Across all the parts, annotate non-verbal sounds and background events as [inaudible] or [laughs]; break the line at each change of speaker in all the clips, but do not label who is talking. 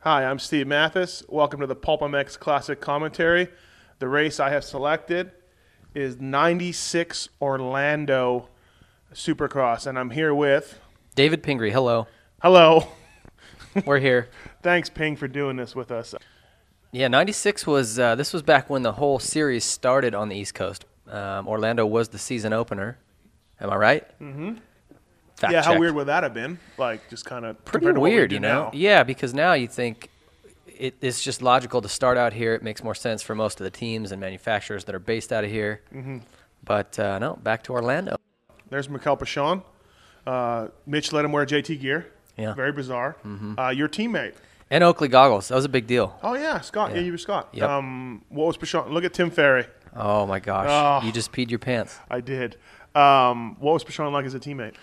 Hi, I'm Steve Mathis. Welcome to the Pulp MX Classic Commentary. The race I have selected is 96 Orlando Supercross, and I'm here with.
David Pingree, hello.
Hello. [laughs]
We're here.
Thanks, Ping, for doing this with us.
Yeah, 96 was, uh, this was back when the whole series started on the East Coast. Um, Orlando was the season opener. Am I right? Mm hmm. Fact
Mm-hmm. yeah,
check.
how weird would that have been? Like, just kind of
Pretty weird, you know? Yeah, because now you think it, it's just logical to start out here. It makes more sense for most of the teams and manufacturers that are based out of here. Mm-hmm. But uh, no, back to Orlando.
There's Mikel Pashon. Uh, Mitch let him wear JT gear.
Yeah. Mm-hmm.
Very bizarre. Uh, your teammate.
And Oakley goggles. That was a big deal.
Oh, yeah, Scott. Yeah, you were Scott.
Yep.
Um, what was Pashon? Look at Tim Ferry.
Oh, my gosh.
Oh.
You just peed your pants.
I did. Um, what was Pashon like as a teammate?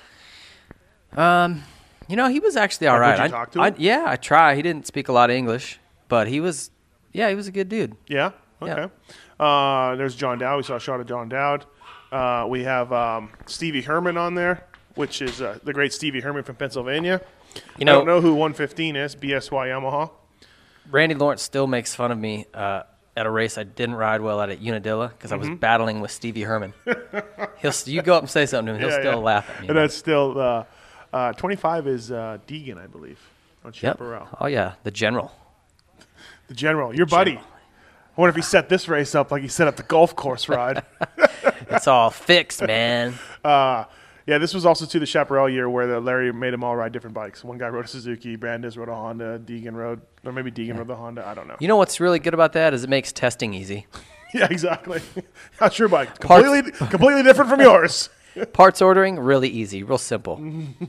Um, you know, he was actually all
Like,
right.
would you
I-
talk to
I-
him?
yeah, I try. He didn't speak a lot of English, but he was, yeah, he was a good dude.
Yeah.
Yeah.
Okay. Uh, there's John Dowd. We saw a shot of John Dowd. Uh, we have um, Stevie Herman on there, which is uh, the great Stevie Herman from Pennsylvania.
You
I
know,
don't know who 115 is. BSY Yamaha.
Randy Lawrence still makes fun of me uh, at a race I didn't ride well at at Unadilla because
Mm-hmm.
I was battling with
[laughs]
Stevie Herman. he'll s- you go up and say something to him, he'll
Yeah,
still
yeah.
laugh at me.
And that's still uh, uh, 25 is uh, Deegan, I believe, on
yep.
Chaparral.
Oh yeah, the general.
The general, your buddy. I wonder if he set this race up like he set up the golf course
[laughs]
ride.
It's all fixed, man.
Uh, yeah, this was also to the Chaparral year where the Larry made them all ride different bikes. One guy rode a Suzuki, Brandes rode a Honda, Deegan rode, or maybe Deegan rode the Honda. I don't know.
You know what's really good about that is it makes testing easy.
[laughs] Yeah, exactly. [laughs] That's your bike.
Parts-
Completely, completely different from [laughs] yours.
Parts ordering really easy,
Mm-hmm.
real simple.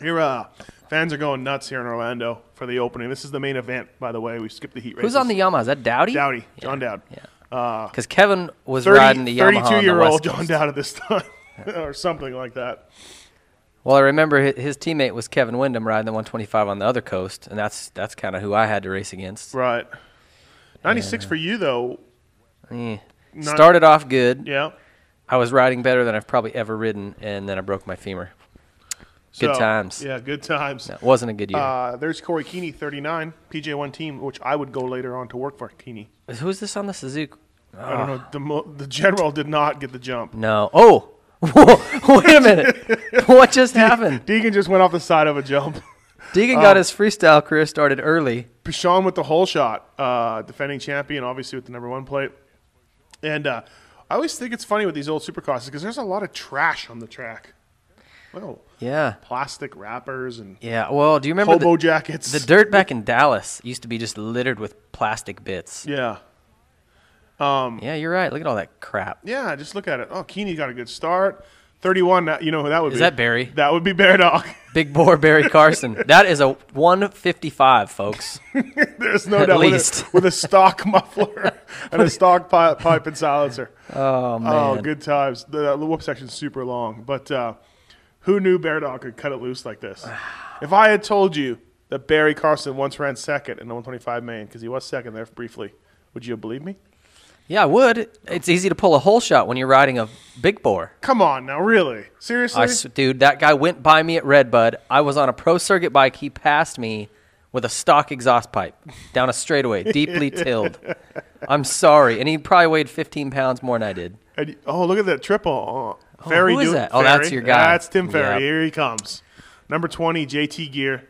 Your uh, fans are going nuts here in Orlando for the opening. This is the main event, by the way. We skipped the heat race.
Who's on the Yamaha? Is that Dowdy?
Dowdy? John Dowd.
Yeah. Because Kevin was riding
30,
the Yamaha. on the
year old
West
John
Coast.
Dowd [laughs] at this time, or something like that.
Well, I remember hi- his teammate was Kevin Windham riding the 125 on the other coast, and that's that's kind of who I had to race against.
Right. 96 for you, though.
Eh.
Not-
Started off good.
Yeah.
I was riding better than I've probably ever ridden, and then I broke my femur. Good
So,
times.
Yeah, good times.
It wasn't a good year.
Uh, there's Corey Keeney, 39, PJ1 team, which I would go later on to work for Keeney.
Who's this on the Suzuki?
I don't
Ah.
know. The, mo- the general did not get the jump.
No. Oh, [laughs] Whoa, wait
[laughs]
a minute. what just happened?
Deegan just went off the side of a jump. [laughs]
Deegan
Uh,
got his freestyle career started early.
Pashon with the hole shot, uh, defending champion, obviously with the number one plate. And uh, I always think it's funny with these old supercrosses because there's a lot of trash on the track. Well,
Yeah.
plastic wrappers and
Yeah. Well, do you remember
hobo
the,
jackets.
the dirt back in Dallas used to be just littered with plastic bits?
yeah. Mm.
Yeah, you're right. Look at all that crap.
Yeah, just look at it. Oh, Keeney got a good start. 31, that- you know who that would
Is
be.
that Barry?
That would be Bear Dog.
Big Boar Barry Carson. That is a 155, folks.
[laughs] There's no
At
doubt. with a- [laughs]
least.
With, a, stock
[laughs]
muffler and a stock pipe, pipe and silencer.
Oh man.
Oh, good times. The, the whoop section's super long, but uh, who knew Bear Dog could cut it loose like
[sighs]
this? if I had told you that Barry Carson once ran second in the 125 main because he was second there briefly, would you have believed me?
Yeah, I would. It's easy to pull a hole shot when you're riding a Big Boar.
Come on now, really? Seriously?
I s dude, that guy went by me at Redbud. I was on a pro circuit bike. He passed me with a stock exhaust pipe down a straightaway, deeply tilled. I'm sorry, and he probably weighed 15 pounds more than I did.
And you- oh, look at that triple. Oh,
Oh,
Ferry
who is
doing-
that? Oh, that's
Ferry.
your guy.
That's Tim Ferry.
Yep.
Here he comes. Number 20, JT Gear.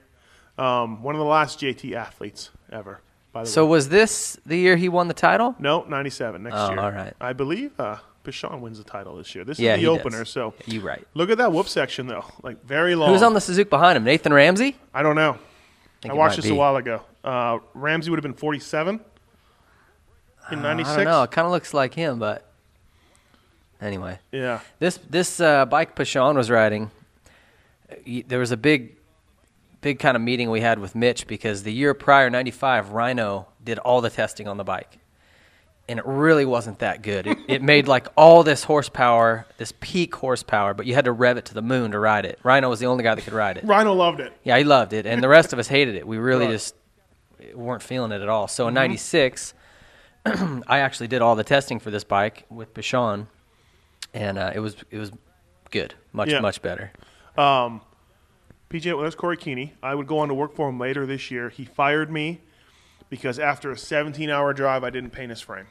Um, one of the last JT athletes ever, by the way.
So was this the year he won the title?
No, 97 next
Oh,
year.
all right.
I believe uh, Pishon wins the title this year. This
Yeah,
is
he
the
does.
opener, so
You right.
look at that whoop section though. Like very long.
Who's on the Suzuki behind him? Nathan Ramsey?
I don't know. I,
think it
watched
might
this a
be.
while ago. Uh, Ramsey would have been 47 in
Uh, I
96.
don't know. It kind of looks like him, but anyway.
Yeah.
This this uh, bike Pashon was riding. uh, y- There was a big, big kind of meeting we had with Mitch because the year prior, '95, Rhino did all the testing on the bike, and it really wasn't that good. It, it made like all this horsepower, this peak horsepower, but you had to rev it to the moon to ride it. Rhino was the only guy that could ride it.
Rhino loved it.
Yeah, he loved it, and the rest of us hated it. We really
Right. Mm-hmm.
just weren't feeling it at all. So in '96, [clears throat] I actually did all the testing for this bike with Bashan, and uh, it was it was good, much
Yeah.
much better.
PJ, well, that's Corey Keeney. I would go on to work for him later this year. He fired me because after a 17-hour drive, I didn't paint his frame.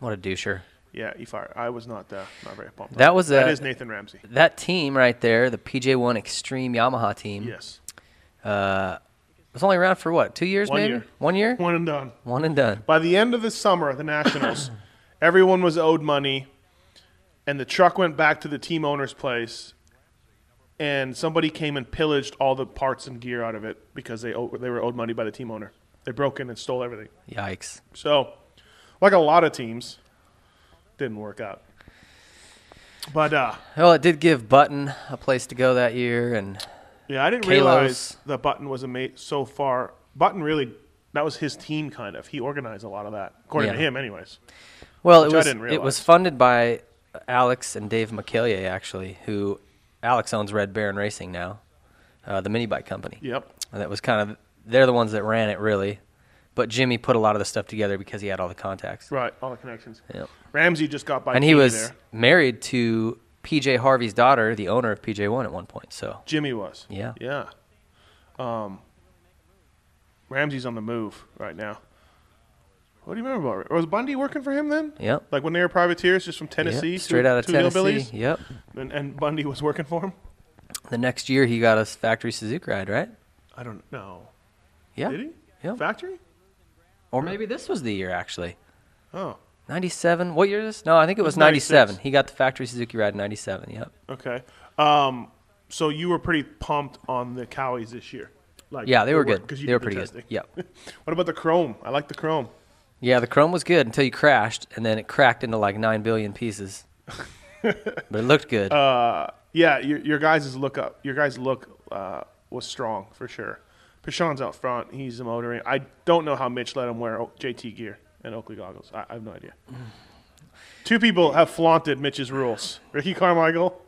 What a doucher.
Yeah, he fired. I was not uh, not very pumped.
That was
that
a-
is Nathan Ramsey.
That team right there, the PJ1 Extreme Yamaha team,
Yes,
uh, was only around for what, two years
One
maybe?
year.
One year?
one and done.
One and done.
By the end of the summer, at the
[clears throat]
Nationals, everyone was owed money, and the truck went back to the team owner's place, and somebody came and pillaged all the parts and gear out of it because they owe, they were owed money by the team owner. They broke in and stole everything.
Yikes.
So, like a lot of teams, didn't work out. But uh,
Well, it did give Button a place to go that year, and
yeah, I didn't
Kalos.
realize the Button was a mate so far. Button really. That was his team, kind of. He organized a lot of that, according to
Yeah.
him, anyways.
well,
Which
it
I
was
didn't
it was
realize.
funded by Alex and Dave McKellier, actually, who Alex owns Red Baron Racing now, uh, the mini bike company.
Yep.
And that was kind of they're the ones that ran it really, but Jimmy put a lot of the stuff together because he had all the contacts.
Right. All the connections.
Yep.
Ramsey just got by.
and he
Keeney
was
there.
married to PJ Harvey's daughter, the owner of PJ One at one point. So
Jimmy was.
Yeah.
Yeah. Um, Ramsey's on the move right now. What do you remember about? Was Bundy working for him then?
yep.
Like when they were privateers, just from Tennessee,
Yep, straight
two,
out of
two
Tennessee.
hillbillies,
Yep.
and, and Bundy was working for him.
The next year he got us factory Suzuki ride, right?
I don't know.
Yeah.
Did he?
Yeah.
Factory?
Or maybe this was the year actually.
Oh,
97. What year is this? No, I think it was
was 96.
97. He got the factory Suzuki ride in 97. Yep.
okay. Um, so you were pretty pumped on the cowies this year. Like
Yeah, they were good.
'cause
They
you
were
did the
pretty
testing.
good. Yep.
[laughs] What about the chrome? I like the chrome.
Yeah, the Chrome was good until you crashed, and then it cracked into like 9
[laughs]
billion pieces. but it looked good.
Uh, yeah, your, your guys' look up, your guys' look uh, was strong for sure. Pashon's out front; he's the motoring. I don't know how Mitch let him wear O- JT gear and Oakley goggles. I, I have no idea.
Mm.
Two people have flaunted Mitch's rules: Ricky Carmichael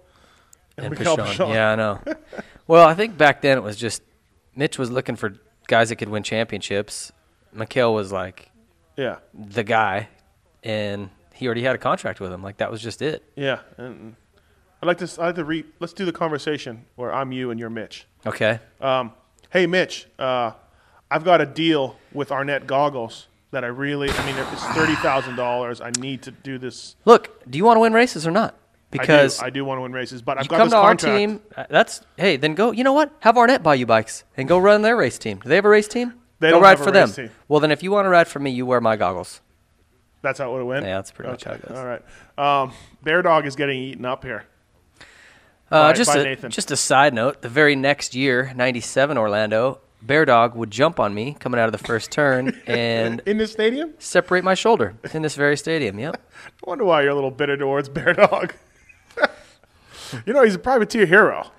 and,
and
Mikel
Pashon.
Pashon.
Yeah,
[laughs]
I know. well, I think back then it was just Mitch was looking for guys that could win championships. Mikhail was like
yeah,
the guy, and he already had a contract with him. Like that was just it.
yeah. And I'd like to, s- I'd like to re. Let's do the conversation where I'm you and you're Mitch.
Okay.
Um, hey, Mitch, uh, I've got a deal with Arnett Goggles that I really, I mean, it's thirty thousand dollars. I need to do this
Look, do you want to win races or not? Because
I do, I do want to win races, but I've
you
got
come
this
to our
contract.
team. uh, That's hey. Then go. You know what? Have Arnett buy you bikes and go run their race team. Do they have a race team?
They
go
don't
ride
have a
for
race
them.
team.
Well, then if you want to ride for me, you wear my goggles.
That's how it would have went.
Yeah, that's pretty much how it goes.
All right, um, Bear Dog is getting eaten up here.
Uh,
By-
just
by
a,
Nathan.
just a side note. The very next year, '97 Orlando, Bear Dog would jump on me coming out of the
[laughs]
first turn and
In this stadium,
separate my shoulder in this very stadium. Yep.
I wonder why you're a little bitter towards Bear Dog. [laughs] you know, he's a privateer hero.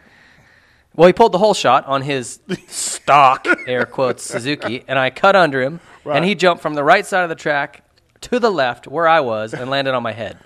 Well, he pulled the whole shot on his stock air quotes Suzuki, and I cut under him,
Right.
and he jumped from the right side of the track to the left where I was and landed on my head.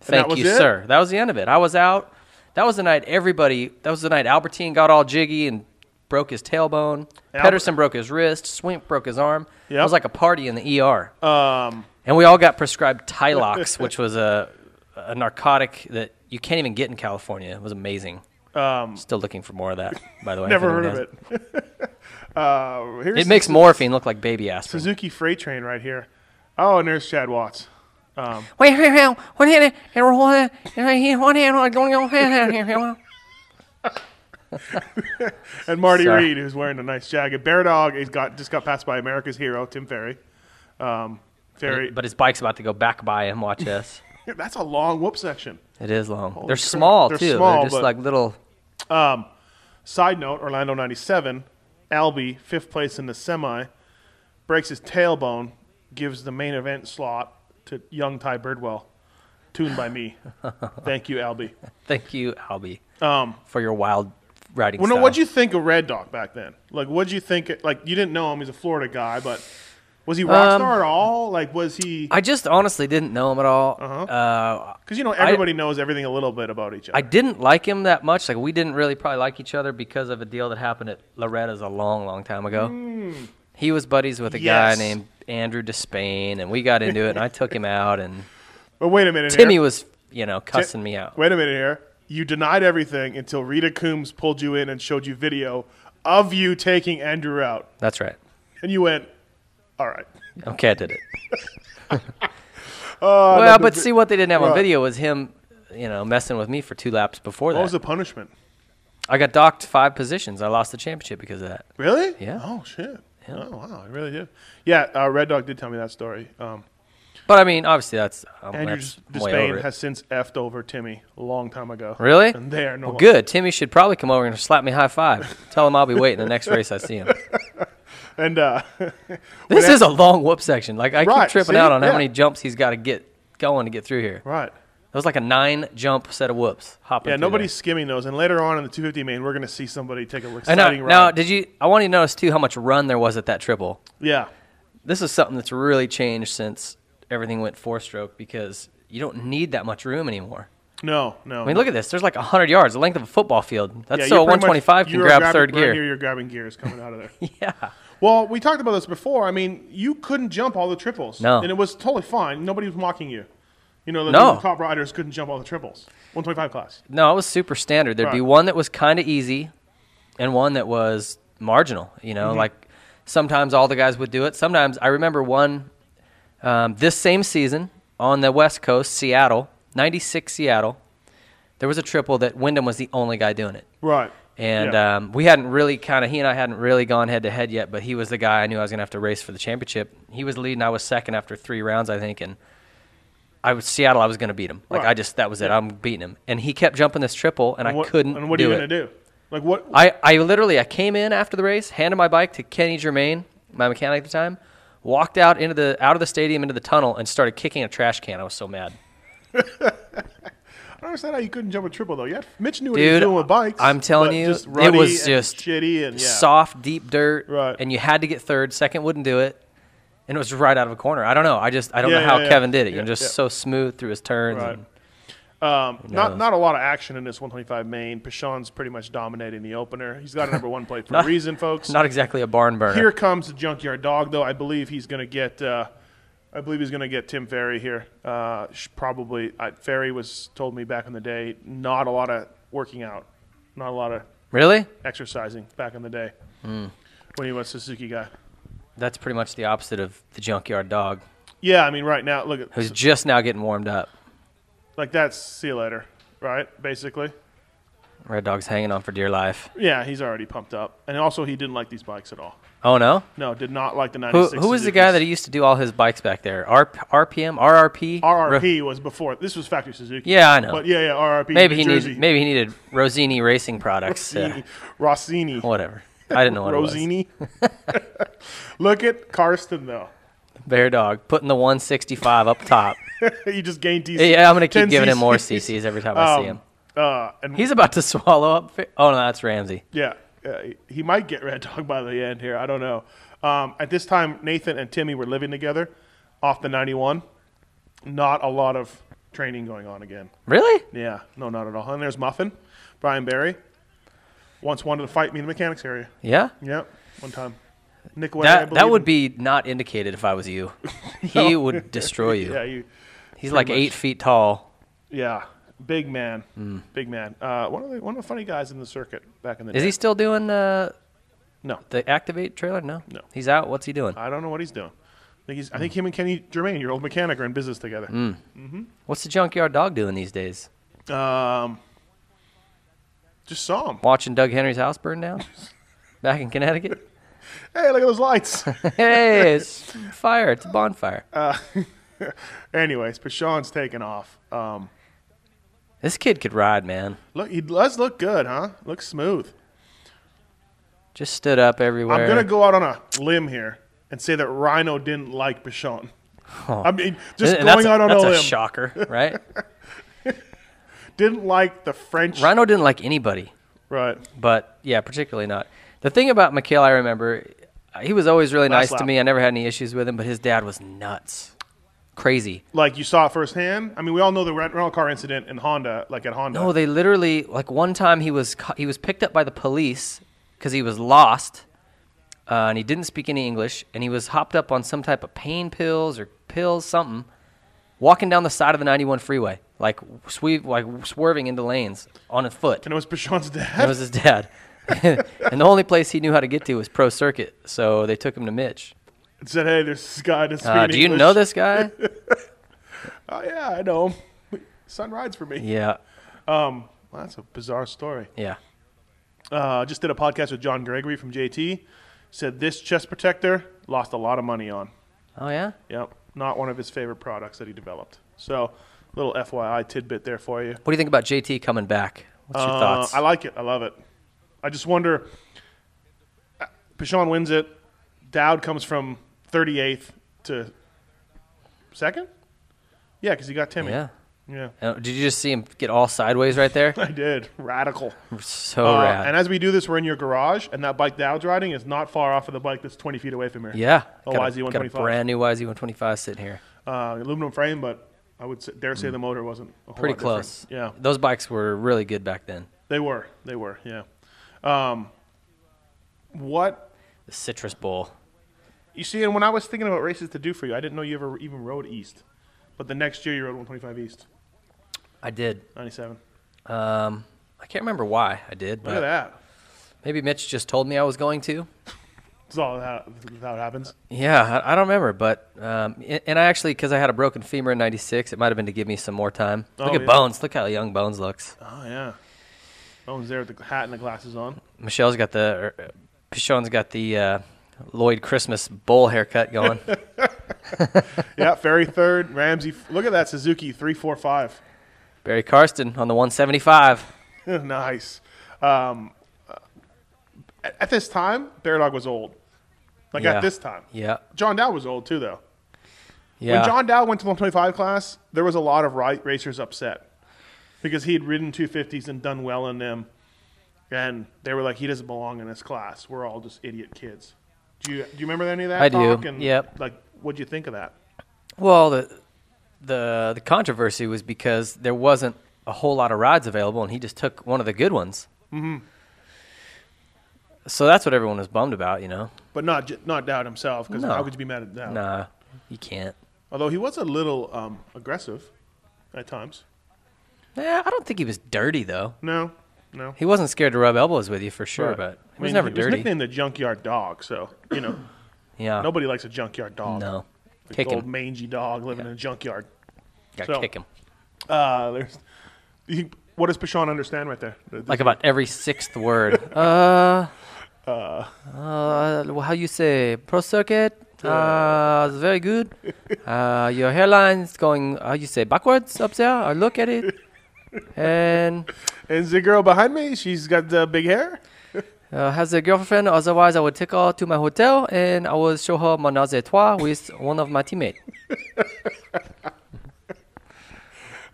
that
Thank
was
you,
it?
sir. That was the end of it. I was out. That was the night everybody. That was the night Albertine got all jiggy and broke his tailbone.
Albert-
Pedersen broke his wrist. Swink broke his arm. It
Yep.
was like a party in the ER.
[laughs] Um,
And we all got prescribed
[laughs]
Tylox, which was a, a narcotic that you can't even get in California. It was amazing.
um,
Still looking for more of that, by the way.
never
if
heard
anyone
of
has.
it. [laughs] uh, here's
It makes morphine look like baby aspirin.
Suzuki freight train right here. Oh, and there's Chad Watts.
Wait, wait, wait, one hand, and we're holding- and right here, one hand, one going on, hand, hand, hand, hand.
And Marty
Sorry.
Reed, who's wearing a nice jacket. Bear Dog has got just got passed by America's hero, Tim Ferry. Um, Ferry,
But his bike's about to go back by him. Watch this.
[laughs] that's a long whoop section.
It is long. They're
crap.
small
They're
too.
small,
They're just
but-
like little.
Side note: Orlando '97, Albie fifth place in the semi, breaks his tailbone, gives the main event slot to young Ty Birdwell, tuned by
[laughs]
me. Thank you, Albie.
Thank you, Albie,
Um,
for your wild riding.
well, no,
style.
what'd you think of Red Dog back then? Like, what'd you think? Like, you didn't know him; he's a Florida guy, but was he rock star at all? Like, was he?
Um, I just honestly didn't know him at all.
Uh-huh.
uh
Because you know everybody knows everything a little bit about each other.
I didn't like him that much. Like we didn't really probably like each other because of a deal that happened at Loretta's a long, long time ago. He was buddies with a
Hmm. Yes.
guy named Andrew Despain, and we got
[laughs]
into it. and I took him out, and
But wait a minute.
Timmy
here.
was, you know, cussing me out.
Wait a minute here. you denied everything until Rita Coombs pulled you in and showed you video of you taking Andrew out,
That's right.
and you went, "All right."
Okay, I
[laughs]
did it.
Oh, Uh,
well,
nothing-
but see what they didn't have on
Right.
video was him, you know, messing with me for two laps before
what was
that.
the punishment?
I got docked five positions. I lost the championship because of that.
Really?
Yeah.
Oh shit. Oh wow, I really did. Yeah, uh, Red Dog did tell me that story. Um,
But I mean, obviously that's um,
Andrew
that's
Des-
way
Despain
over it.
has since effed over Timmy a long time ago.
Really?
And they are no
Well,
longer-
good. Timmy should probably come over and slap me high five. [laughs] Tell him I'll be waiting the next race I
[laughs]
see him.
And uh, [laughs]
This is a long whoop section. Like I
Right,
keep tripping
see?
out on how
Yeah.
many jumps he's got to get going to get through here.
right.
That was like a nine jump set of whoops. Hopping.
Yeah,
through there.
nobody's skimming those. And later on in the 250 main, we're going to see somebody take a
I know.
exciting
Now,
ride.
did you? I want you to notice too how much run there was at that triple.
yeah.
This is something that's really changed since everything went four stroke because you don't need that much room anymore.
No, no.
I mean, look at this. There's like 100 yards, the length of a football field. That's
Yeah,
so
you're
a
pretty much-
125 can
you're
grab
grabbing-
third
right
gear.
Near your grabbing gears coming out of there. [laughs]
[laughs] Yeah.
Well, we talked about this before. I mean, you couldn't jump all the triples.
No.
And it was totally fine. Nobody was mocking you. You know, the,
No.
the top riders couldn't jump all the triples. 125 class.
No, it was super standard. There'd be
Right.
one that was kind of easy and one that was marginal. You know,
Mm-hmm.
like sometimes all the guys would do it. Sometimes I remember one um, this same season on the West Coast, Seattle, 96 Seattle, there was a triple that Wyndham was the only guy doing it.
Right.
And
Yeah.
um, we hadn't really kind of, he and I hadn't really gone head to head yet, but he was the guy I knew I was going to have to race for the championship. He was leading. I was second after three rounds, I think. And I was Seattle, I was going to beat him. Like,
Right.
I just, that was it. I'm beating him. And he kept jumping this triple, and,
And
I
what,
couldn't
And what
do
are you
it.
going to do? Like, what?
I, I literally, I came in after the race, handed my bike to Kenny Germain, my mechanic at the time, walked out into the, out of the stadium into the tunnel, and started kicking a trash can. I was so mad.
I don't understand how you couldn't jump a triple, though. Yeah. Mitch knew what he was
Dude,
doing with bikes.
I'm telling
but
you,
just
it
ruddy
was
and
just
shitty and yeah.
soft, deep dirt,
Right.
and you had to get third. Second wouldn't do it, and it was right out of a corner. I don't know. I just I don't
Yeah,
know how
yeah, yeah.
Kevin did it.
Yeah,
You're just
yeah.
so smooth through his turns.
Right.
and-
Um, not
knows?
not a lot of action in this 125 main. Pashon's pretty much dominating the opener. He's got a number one
[laughs]
plate for a reason, folks.
not exactly a barn burner.
Here comes the junkyard dog, though. I believe he's going to get. Uh, I believe he's going to get Tim Ferry here. Uh, sh- probably I, Ferry was told me back in the day. Not a lot of working out, not a lot of
really?
exercising back in the day
Hmm.
when he was Suzuki guy.
That's pretty much the opposite of the junkyard dog,
Yeah, I mean right now, look at
who's just now getting warmed up.
like that's see you later, right? Basically,
Red Dog's hanging on for dear life.
yeah, he's already pumped up, and also he didn't like these bikes at all.
Oh no.
No, did not like the
Who,
96.
who was the guy that
Suzukis.
he used to do all his bikes back there? R, RPM, RRP, Re-
RRP was before. This was Factory Suzuki.
Yeah, I know.
But yeah, yeah, RRP.
maybe
New
he
Jersey.
needed maybe he needed Rosini Racing
[laughs]
Products. uh,
Rossini. Rossini.
whatever. [laughs] I didn't know what it was. [laughs]
Rosini. [laughs] Look at Karsten though. [laughs]
Bear Dog putting the 165 up top.
he just gained DC.
Yeah, I'm gonna
10
keep giving him more
CCs.
CCs every time I see him.
Um, uh, and
He's about to [laughs] swallow up. Fa- Oh no, that's Ramsey.
yeah, uh, he might get Red [laughs] Dog by the end here. I don't know. Um, at this time, Nathan and Timmy were living together off the 91. Not a lot of training going on again.
Really?
Yeah, no, not at all. And there's Muffin, Brian Barry. Once wanted to fight me in the mechanics area.
Yeah.
Yep, one time. Nick Way, I
That
believe,
that would
and-
be not indicated if I
[laughs]
was you. He would destroy you.
Yeah, you.
He's like eight feet tall.
Yeah, big man,
Hmm.
big man. Uh, one of the one of the funny guys in the circuit back in the
Is
day.
he still doing the
No,
the activate trailer? No.
No. Uh,
He's out. What's he doing?
I don't know what he's doing. I think he's. I
Hmm.
think him and Kenny Germain, your old mechanic, are in business together.
What's the junkyard dog doing these days?
Um, just saw him.
Watching Doug Henry's house
[laughs]
burn down back in Connecticut.
Hey, look at those lights.
[laughs] hey, it's fire! It's a bonfire.
Uh, [laughs] Anyways, Pashon's taking off. Um,
this kid could ride, man.
look, he does look good, huh? Looks smooth.
Just stood up everywhere.
I'm gonna go out on a limb here and say that Rhino didn't like Bashan. I mean, just
And
going
that's a,
out on a
that's
limb, [laughs]
a shocker, right?
didn't like the French.
Rhino didn't like anybody,
Right.
but yeah, particularly not. The thing about Mikhail, I remember, he was always really
Last
nice to
lap.
me. I never had any issues with him, but his dad was nuts, crazy.
Like you saw it firsthand. I mean, we all know the rent- rental car incident in Honda, like at Honda.
No, they literally like one time he was cu- he was picked up by the police because he was lost, uh, and he didn't speak any English, and he was hopped up on some type of pain pills or pills something, walking down the side of the 91 freeway. like sweep, like swerving into lanes on his foot.
And it was Bashan's dad. [laughs]
That was his dad. [laughs] and the only place he knew how to get to was pro circuit, so they took him to Mitch.
and said, "Hey, there's this guy that's
Uh, do you know
[laughs]
this guy?
Oh yeah, I know him. Sun rides for me.
yeah,
Well, that's a bizarre story.
yeah.
Uh, just did a podcast with John Gregory from JT. Said this chest protector lost a lot of money on.
Oh yeah.
Yep, not one of his favorite products that he developed. So, little FYI tidbit there for you.
What do you think about JT coming back? What's your
Uh,
thoughts?
I like it. I love it. I just wonder. uh, Pashon wins it. Dowd comes from 38th to second. Yeah, because he got Timmy.
yeah.
Yeah. [laughs]
Uh, Did you just see him get all sideways right there? [laughs]
I did. Radical.
So
Uh,
Oh, rad.
And as we do this, we're in your garage, and that bike Dowd's riding is not far off of the bike that's 20 feet away from here.
yeah.
Oh,
got a,
YZ125.
got a brand new YZ 125 sitting here.
Uh, aluminum frame, but I would s- dare say the motor wasn't a whole
Pretty
lot
close.
different. Yeah.
Those bikes were really good back then.
They were. They were. Yeah. Um, what
The Citrus Bowl.
you see, and when I was thinking about races to do for you, I didn't know you ever even rode east. But the next year, you rode 125 east,
I did.
97.
Um, I can't remember why I did,
Look at
but
that.
maybe Mitch just told me I was going to.
That's all that how it happens.
Yeah, I, I don't remember, but um, a- and I actually because I had a broken femur in '96, it might have been to give me some more time. Look
Oh,
at
yeah.
Bones. Look how young Bones looks.
Oh yeah. Bones there with the hat and the glasses
[laughs]
on.
Michelle's got the er, Pichon's got the uh, Lloyd Christmas bowl
[laughs]
haircut going.
yeah, Ferry third, Ramsey. f- Look at that Suzuki 345.
Barry Karsten on the 175.
[laughs] nice. Um, at, at this time, Bear Dog was old. Like
Yeah.
at this time,
Yeah,
John Dow was old too, though.
yeah.
When John Dow went to the 125 class, there was a lot of ri racers upset because he had ridden 250s and done well in them, and they were like, "He doesn't belong in this class. We're all just idiot kids." Do you do you remember any of that?
I do.
talk? And,
Yep.
Like, what'd you think of that?
Well, the the the controversy was because there wasn't a whole lot of rides available, and he just took one of the good ones. Mm-hmm. So that's what everyone was bummed about, you know.
But not J- not Dowd himself, because
No.
how could you be mad at Dowd?
Nah, you can't.
Although he was a little um, aggressive at times.
Nah, Eh, I don't think he was dirty though.
No, no.
He wasn't scared to rub elbows with you for sure,
Right.
but he
I
was
mean,
never
he
dirty.
Was nicknamed the junkyard dog, so you
[laughs]
know
yeah,
nobody likes a junkyard dog.
no,
Like
kick
old
him.
mangy dog living in a junkyard.
Got
so-
kick him.
Uh, there's. You, what does Pashon understand right there?
Like about every
[laughs]
sixth word. uh, uh, well, how you say pro circuit? Uh, it's
[laughs]
very good. Uh, your hairline's going. How you say backwards up there? I look
[laughs]
at it, and
Is the girl behind me? She's got the big hair.
uh, has a girlfriend. Otherwise, I would take her to my hotel and I will show her menage a trois with one of my teammates.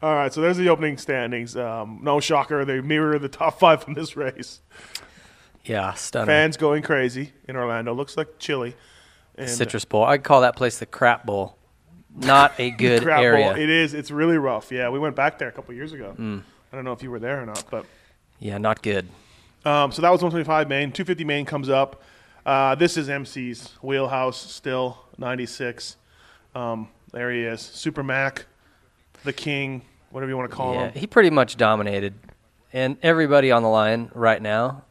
All right, so there's the opening standings. Um, no shocker, they mirror the top [laughs] five from this race.
Yeah, stunning.
Fans going crazy in Orlando. Looks like chilly. And uh,
Citrus Bowl. I'd call that place the crap bowl. Not
[laughs]
a good
crap
area. Mm.
bowl. It is. It's really rough. Yeah, we went back there a couple years ago. I don't know if you were there or not, but
yeah, not good.
Um, so that was 125 main. 250 main comes up. Uh, this is MC's wheelhouse still 96. Um, there he is, Super Mac, the King, whatever you want to call
Yeah,
him.
he pretty much dominated, and everybody on the line right now,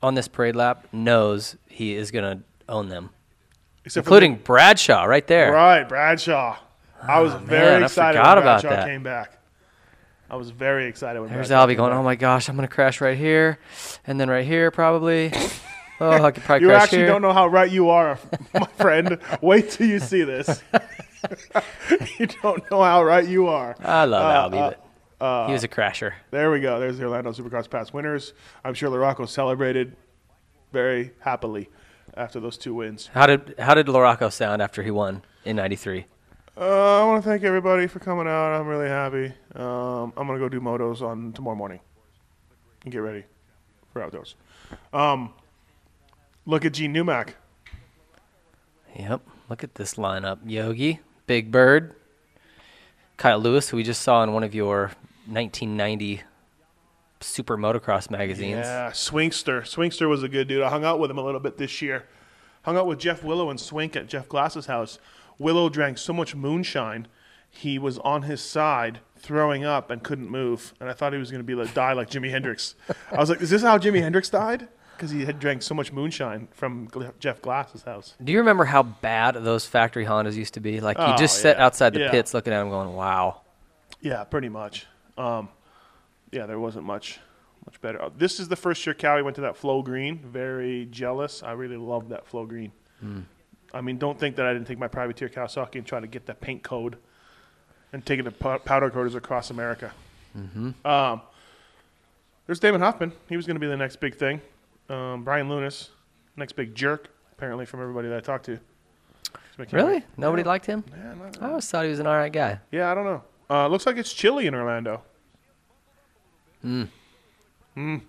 on this parade lap, knows he is gonna own them,
Except for
including Bradshaw right
the-
there.
right Bradshaw. I was very
I
excited
forgot
when
about
Bradshaw
that.
came back. I was very excited when
There's
Bradshaw
Albie
came
going,
back.
"Oh my gosh, I'm gonna crash right here, and then right
[laughs]
here probably. oh, I could probably
You
crash
actually
here."
don't know how right you are, [laughs] my
[laughs]
friend. Wait till you see this. [laughs] you don't know how right you are.
I love
Uh,
Albie,
uh,
but he was a crasher.
There we go. There's the Orlando Supercross Pass winners. I'm sure LaRocco celebrated very happily after those two wins.
How did how did Larocco sound after he won in '93?
Uh, I want to thank everybody for coming out. I'm really happy. Um, I'm going to go do motos on tomorrow morning and get ready for outdoors. Um, look at Gene Newmack.
Yep. Look at this lineup: Yogi, Big Bird, Kyle Lewis, who we just saw in one of your 1990 Super Motocross magazines.
Yeah, Swingster. Swingster was a good dude. I hung out with him a little bit this year. Hung out with Jeff Willow and Swink at Jeff Glass's house. Willow drank so much moonshine, he was on his side throwing up and couldn't move, and I thought he was going to be like die like Jimi Hendrix. I was like, is this how Jimi Hendrix died? Because he had drank so much moonshine from Gl- Jeff Glass's house.
Do you remember how bad those factory Hondas used to be? Like you
Oh,
just sat
yeah.
outside the
Yeah.
pits looking at them, going, "Wow."
Yeah, pretty much. Um, yeah, there wasn't much, much better. Uh, This is the first year Cowie went to that Flow Green. Very jealous. I really loved that Flow Green. I mean, don't think that I didn't take my privateer Kawasaki and try to get that paint code and take it to pow- powder coaters across America. Mm-hmm. Um, there's Damon Hoffman. He was going to be the next big thing. Um, Brian Lunas, next big jerk, apparently from everybody that I talked to.
Really? Nobody liked him.
Yeah, not-
I always thought he was an all right guy.
yeah, I don't know. Uh, looks like it's chilly in Orlando.
Hmm.
Mm.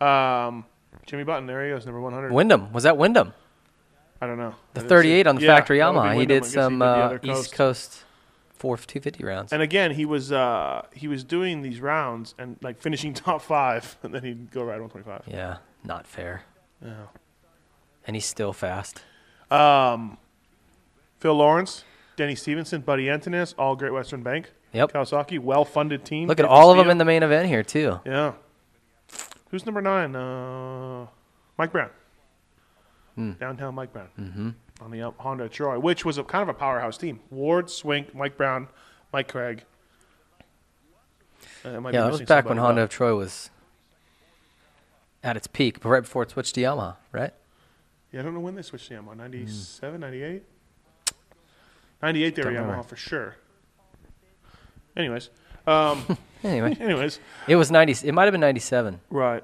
Um, Jimmy Button, there he goes, number 100.
Wyndham was that Wyndham?
I don't know. I
The
didn't see-
38 on the
Yeah,
factory
that would be
Yamaha. He
Wyndham. I
did
guess
some
the
uh,
other
East Coast 4 250 rounds.
And again, he was uh, he was doing these rounds and like finishing [laughs] top five, and then he'd go right 125.
yeah, not fair.
Yeah.
And he's still fast.
Um, Phil Lawrence, Denny Stevenson, Buddy Antonis, all Great Western Bank.
Yep.
Kawasaki, well-funded team.
Look at all of them in the main event here too.
Yeah. Who's number nine? Uh, Mike Brown.
Hmm.
Downtown Mike Brown. Mm-hmm. On the uh, Honda Troy, which was a kind of a powerhouse team. Ward, Swink, Mike Brown, Mike Craig. Uh, I might be
Yeah, that was
missing
back when
somebody,
Honda
but-
of Troy was at its peak, but right before it switched to Yamaha, right?
Yeah, I don't know when they switched to Yamaha. 97, 98? 98 they were
Hmm. Don't
Yamaha
remember.
for sure. Anyways.
[laughs]
Um,
Anyway,
anyways.
it was 90. It might have been 97.
Right.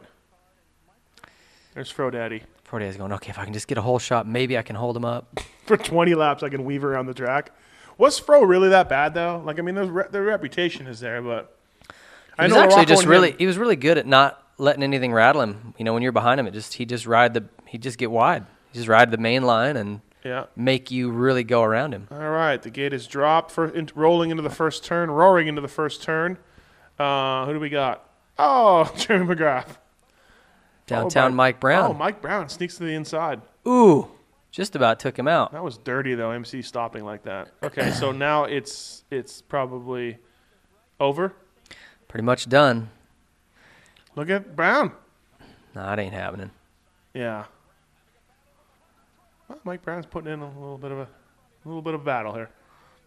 There's Fro Daddy.
Forty days going. Okay, if I can just get a whole shot, maybe I can hold him up.
for 20 laps I can weave around the track. Was Fro really that bad though? Like I mean, their, re- their reputation is there, but
He was actually
Rocco
just
and
really.
him-
He was really good at not letting anything rattle him. You know, when you're behind him, it just he just ride the he just get wide. He just ride the main line and
yeah.
make you really go around him.
All right, the gate is dropped for in, rolling into the first turn, roaring into the first turn. Uh, who do we got? Oh, [laughs] Jeremy McGrath. Followed
Downtown
by-
Mike Brown.
Oh, Mike Brown sneaks to the inside.
Ooh, just about took him out.
That was dirty though. MC stopping like that. Okay, so now it's it's probably over.
Pretty much done.
Look at Brown.
Nah, it ain't happening.
Yeah. Well, Mike Brown's putting in a little bit of a, a little bit of battle here.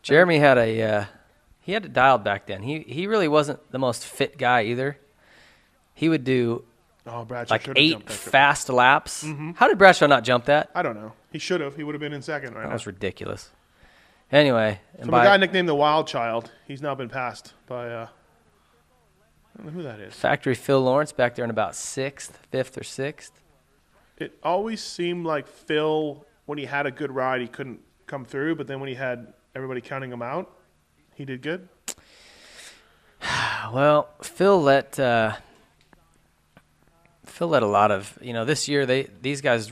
Jeremy had a uh, he had it dialed back then. He he really wasn't the most fit guy either. He would do
Oh, Bradshaw
like
should have jumped
eight
that trip.
fast laps.
Mm-hmm.
How did Bradshaw not jump that?
I don't know. He should have. He would have been in second right
That
now.
was ridiculous. Anyway, and
From
by
a guy nicknamed the Wild Child, he's now been passed by. Uh, I don't know who that is.
factory Phil Lawrence back there in about sixth, fifth, or sixth.
It always seemed like Phil, when he had a good ride, he couldn't come through. But then when he had everybody counting him out, he did good. Ah,
Well, Phil let uh, Phil let a lot of you know this year they these guys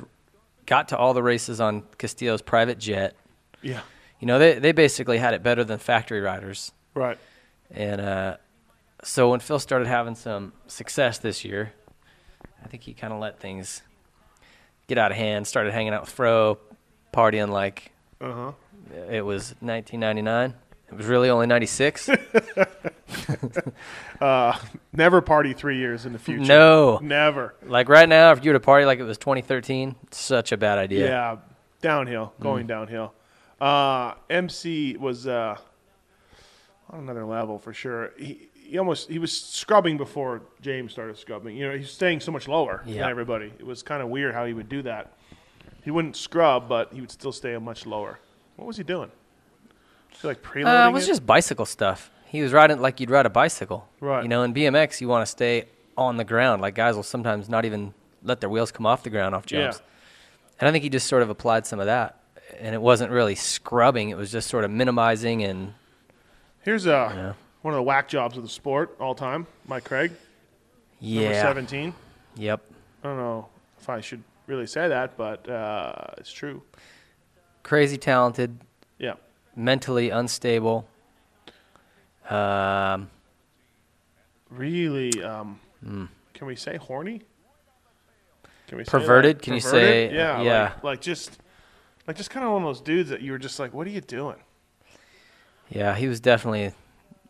got to all the races on Castillo's private jet.
Yeah.
You know they they basically had it better than factory riders.
Right.
And uh, so when Phil started having some success this year, I think he kind of let things get out of hand. Started hanging out with Fro, partying like
Uh huh.
it was 1999. It was really only 96.
Uh, [laughs] Never party three years in the future.
no,
Never.
like right now, if you were to party like it was 2013, it's such a bad idea.
Yeah, downhill,
Mm.
going downhill. Uh, MC was uh, on another level for sure. He, he almost he was scrubbing before James started scrubbing. You know, he's staying so much lower
Yeah.
than everybody. It was kind of weird how he would do that. He wouldn't scrub, but he would still stay much lower. What was he doing? Was he like preloading
Uh, it was
it?
just bicycle stuff. He was riding like you'd ride a bicycle.
Right.
You know, in BMX, you want to stay on the ground. Like guys will sometimes not even let their wheels come off the ground off
yeah.
jumps. And I think he just sort of applied some of that. And it wasn't really scrubbing, it was just sort of minimizing and
Here's uh, one of the whack jobs of the sport all time. Mike Craig, number
yeah.
seventeen.
Yep.
I don't know if I should really say that, but uh, it's true.
Crazy talented,
Yeah.
mentally unstable. Um,
really um,
Hmm.
can we say horny? Can we say, like,
Perverted? Can you say-
yeah,
yeah.
Like, like just like just kind of one of those dudes that you were just like, what are you doing?
Yeah, he was definitely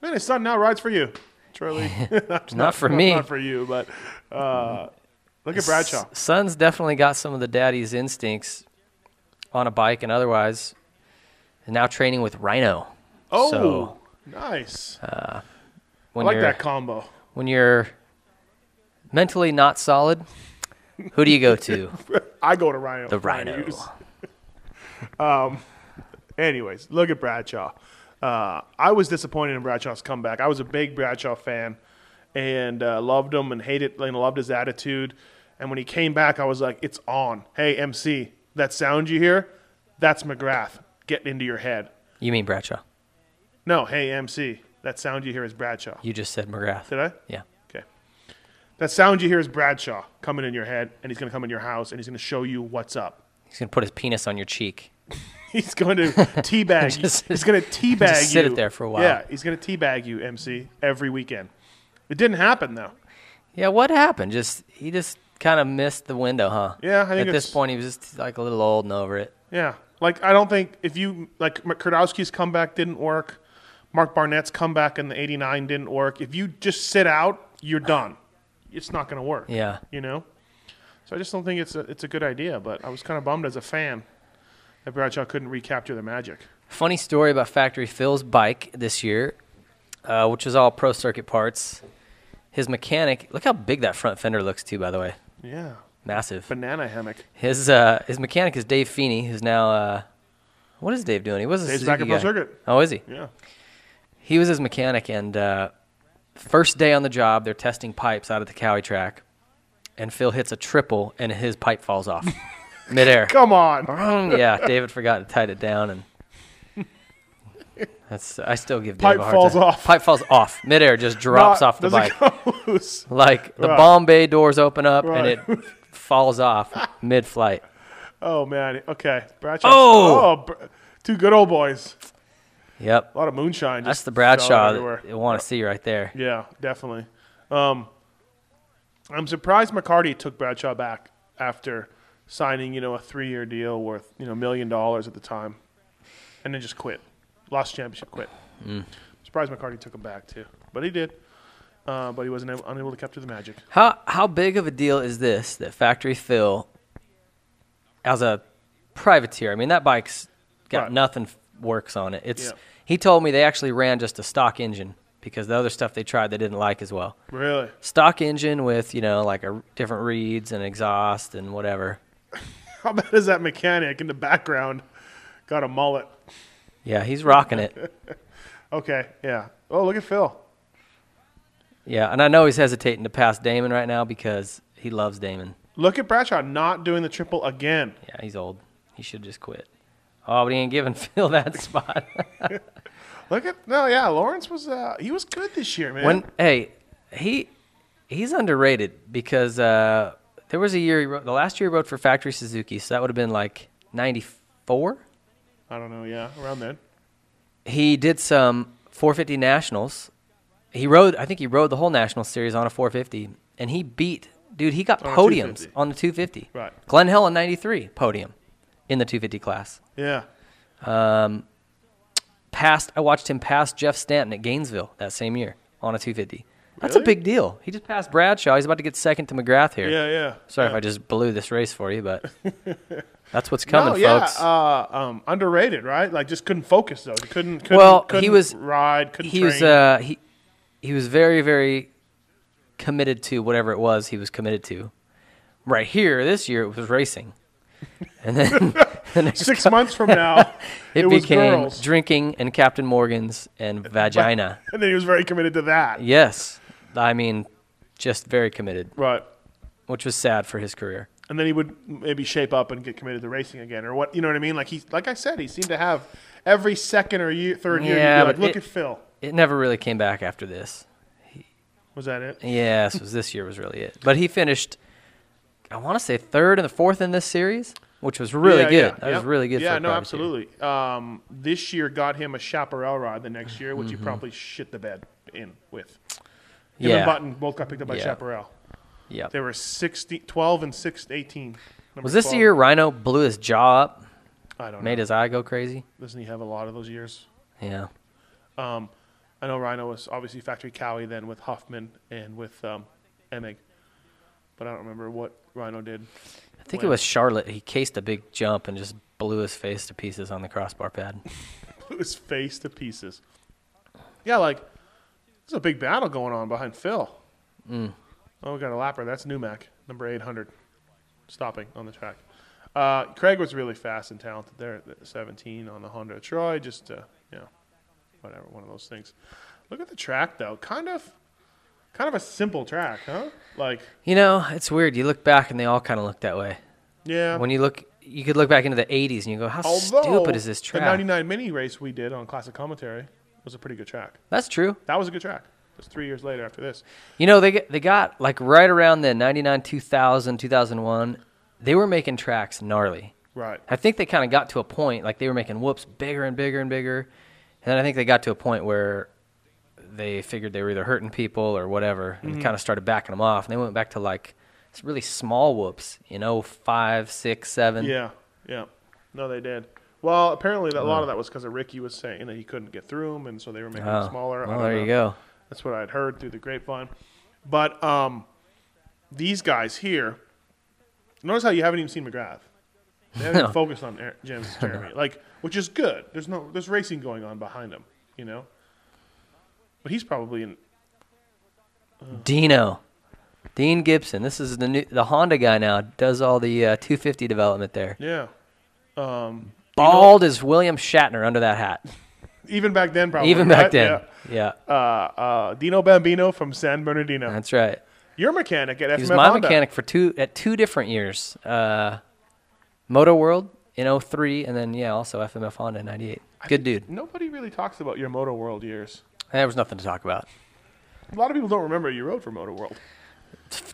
Man, his son now rides for you, Charlie. not,
Not [laughs] for me.
Not for you, but uh, look at Bradshaw.
S- Son's definitely got some of the daddy's instincts on a bike and otherwise. And now training with Rhino.
Oh,
so
nice. I
when
like
you're
that combo.
when you're mentally not solid, who do you go to?
I go to [laughs] Rhino.
The Rhino.
Rhinos. Anyways, look at Bradshaw. Uh, I was disappointed in Bradshaw's comeback. I was a big Bradshaw fan and uh, loved him and hated and loved his attitude. And when he came back, I was like, "It's on." Hey, MC, that sound you hear? That's McGrath. Get into your head.
You mean Bradshaw?
No, hey MC, that sound you hear is Bradshaw.
You just said McGrath.
Did I?
Yeah.
Okay. That sound you hear is Bradshaw coming in your head, and he's going to come in your house, and he's going to show you what's up.
He's gonna put his penis on your cheek.
[laughs] He's going to teabag you.
[laughs] Just-
He's going to teabag
just sit
you.
it there for a while.
Yeah, he's going to teabag you, MC, every weekend. It didn't happen though.
Yeah, what happened? Just he just kind of missed the window, huh?
Yeah, I think
at
it's-
this point he was just like a little old and over it.
Yeah, like I don't think if you like Kurdowski's comeback didn't work, Mark Barnett's comeback in the '89 didn't work. If you just sit out, you're done. It's not going to work.
Yeah.
you know. So I just don't think it's a, it's a good idea. But I was kind of bummed as a fan that Bradshaw couldn't recapture the magic.
Funny story about Factory Phil's bike this year, uh, which is all pro circuit parts. His mechanic, look how big that front fender looks too, by the way,
Yeah,
massive.
banana hammock.
His uh, his mechanic is Dave Feeney, who's now uh, what is Dave doing? He was a
Dave's
Suzuki
back at Pro
guy.
Circuit.
Oh, is he?
Yeah,
He was his mechanic, and uh, first day on the job, they're testing pipes out at the Cowie track, and Phil hits a triple, and his pipe
[laughs]
falls off midair.
come on. [laughs]
Vroom. yeah, David forgot to tighten it down, and that's. I still give Dave
Pipe
a hard
falls
time.
off.
Pipe falls off midair, just drops
Not-
off the bike.
doesn't [laughs] Come loose.
Like the
Right.
Bombay doors open up and
Right. [laughs]
it falls off mid-flight.
Oh man. Okay, Bradshaw.
Oh!
oh Br- two good old boys.
Yep,
A lot of moonshine.
that's
just
the
fell out
Bradshaw
everywhere.
that you want to see right there.
Yeah, definitely. Um, I'm surprised McCarty took Bradshaw back after signing, you know, a three-year deal worth, you know, million dollars at the time, and then just quit, lost championship, quit.
Mm.
Surprised McCarty took him back too, but he did. Uh, but he wasn't able, unable to capture the magic.
How how big of a deal is this that Factory Phil, as a privateer? I mean, that bike's got
Right.
nothing f- works on it. It's
Yeah.
he told me they actually ran just a stock engine because the other stuff they tried they didn't like as well.
Really? [laughs]
Stock engine with you know like a, different reeds and exhaust and whatever.
How bad is that mechanic in the background? Got a mullet.
Yeah, he's
[laughs]
rocking it.
Okay, yeah. Oh, look at Phil.
Yeah, and I know he's hesitating to pass Damon right now because he loves Damon.
Look at Bradshaw not doing the triple again.
Yeah, he's old. He should just quit. Oh, but he ain't giving [laughs] Phil that spot. [laughs]
Look at no, yeah. Lawrence was uh, he was good this year, man.
When hey, he he's underrated because uh, there was a year he wrote, the last year he wrote for Factory Suzuki, so that would have been like '94.
I don't know, yeah, around then.
He did some 450 nationals. He rode, I think he rode the whole national series on a 450, and he beat dude. He got
On a
podiums
250.
on the 250.
Right.
Glenn Hill in '93 podium in the 250 class.
Yeah.
Passed. I watched him pass Jeff Stanton at Gainesville that same year on a 250. That's a
Really?
big deal. He just passed Bradshaw. He's about to get second to McGrath here.
Yeah, yeah.
Sorry
yeah.
if I just blew this race for
[laughs]
you, but that's what's coming,
no, yeah,
folks.
Uh, um, underrated, right? Like just couldn't focus though. Couldn't, couldn't
Well, he
couldn't
was-
ride, couldn't
he
train.
was uh, he he was very very committed to whatever it was he was committed to. Right here, this year it
[laughs]
was racing, and then the next
Six months from
[laughs]
now,
it,
it, was
became
girls,
drinking and Captain Morgan's and vagina.
[laughs] and then he was very committed to that.
yes, I mean, just very committed,
Right.
which was sad for his career.
And then he would maybe shape up and get committed to racing again, or what? You know what I mean? Like he, like I said, he seemed to have every second or year, third year.
Yeah,
Yeah, like,
but
look
it-
at Phil.
It never really came back after this.
Was that it?
Yes, was this year was really it. But he finished, I want to say third and the fourth in this series, which was really
Yeah,
good.
yeah,
that
yeah.
was really good.
Yeah,
for a
no,
privateer.
absolutely. Um, this year got him a chaparral rod the next year, which
Mm-hmm.
he probably shit the bed in with. Him
Yeah,
and Button both got picked up by
Yeah.
chaparral.
yeah.
They were 60, 12 and 6, 18. Number
Was this the
12.
year Rhino blew his jaw up,
I don't
made
know.
his eye go crazy?
Doesn't he have a lot of those years?
Yeah,
Um, I know Rhino was obviously Factory Cowie then with Huffman and with um, Emig, but I don't remember what Rhino did.
I think it
when.
was Charlotte. He cased a big jump and just blew his face to pieces on the crossbar pad.
Blew his face to pieces. Yeah, like there's a big battle going on behind Phil.
Mm.
Oh, we got a lapper. That's Numac, number 800, stopping on the track. Uh, Craig was really fast and talented there at 17 on the Honda Troy. Just, uh, you know, whatever, one of those things. Look at the track, though. Kind of, kind of a simple track, huh? Like,
You know, it's weird. You look back and they all kind of look that way.
yeah.
When you look, you could look back into the 80s and you go, how
Although
stupid is this track?
the 99 mini race we did on Classic Commentary was a pretty good track.
That's true.
That was a good track. It was three years later after this.
You know, they, get- they got like right around the 99, 2000, 2001, they were making tracks gnarly.
Right.
I think they kind of got to a point like they were making whoops bigger and bigger and bigger, and then I think they got to a point where they figured they were either hurting people or whatever, and
Mm-hmm.
kind of started backing them off. And they went back to like s- really small whoops, you know, five, six, seven.
Yeah, yeah. No, they did. Well, apparently that, a lot of that was because of Ricky was saying that he couldn't get through them, and so they were making
Oh,
them smaller. I
Well,
don't
there you
know.
go.
That's what I'd heard through the grapevine. But um, these guys here, notice how you haven't even seen McGrath. They
[laughs]
haven't even
No.
focused on Aaron, James and Jeremy, like which is good. There's no there's racing going on behind him, you know. But he's probably in.
Dino, Dean Gibson. This is the new the Honda guy now. Does all the uh, 250 development there.
Yeah. Um,
Bald as William Shatner under
[laughs]
that hat.
even back then, probably.
Even back
right?
then.
Yeah.
Yeah.
Uh, uh, Dino Bambino from San Bernardino.
that's right.
Your mechanic at FMF
He was my
Honda.
mechanic for two at two different years. Uh, Moto World in 03 and then yeah, also FMF Honda in 98. Good dude.
Nobody really talks about your Moto World years.
There was nothing to talk about.
A lot of people don't remember you rode for Moto World.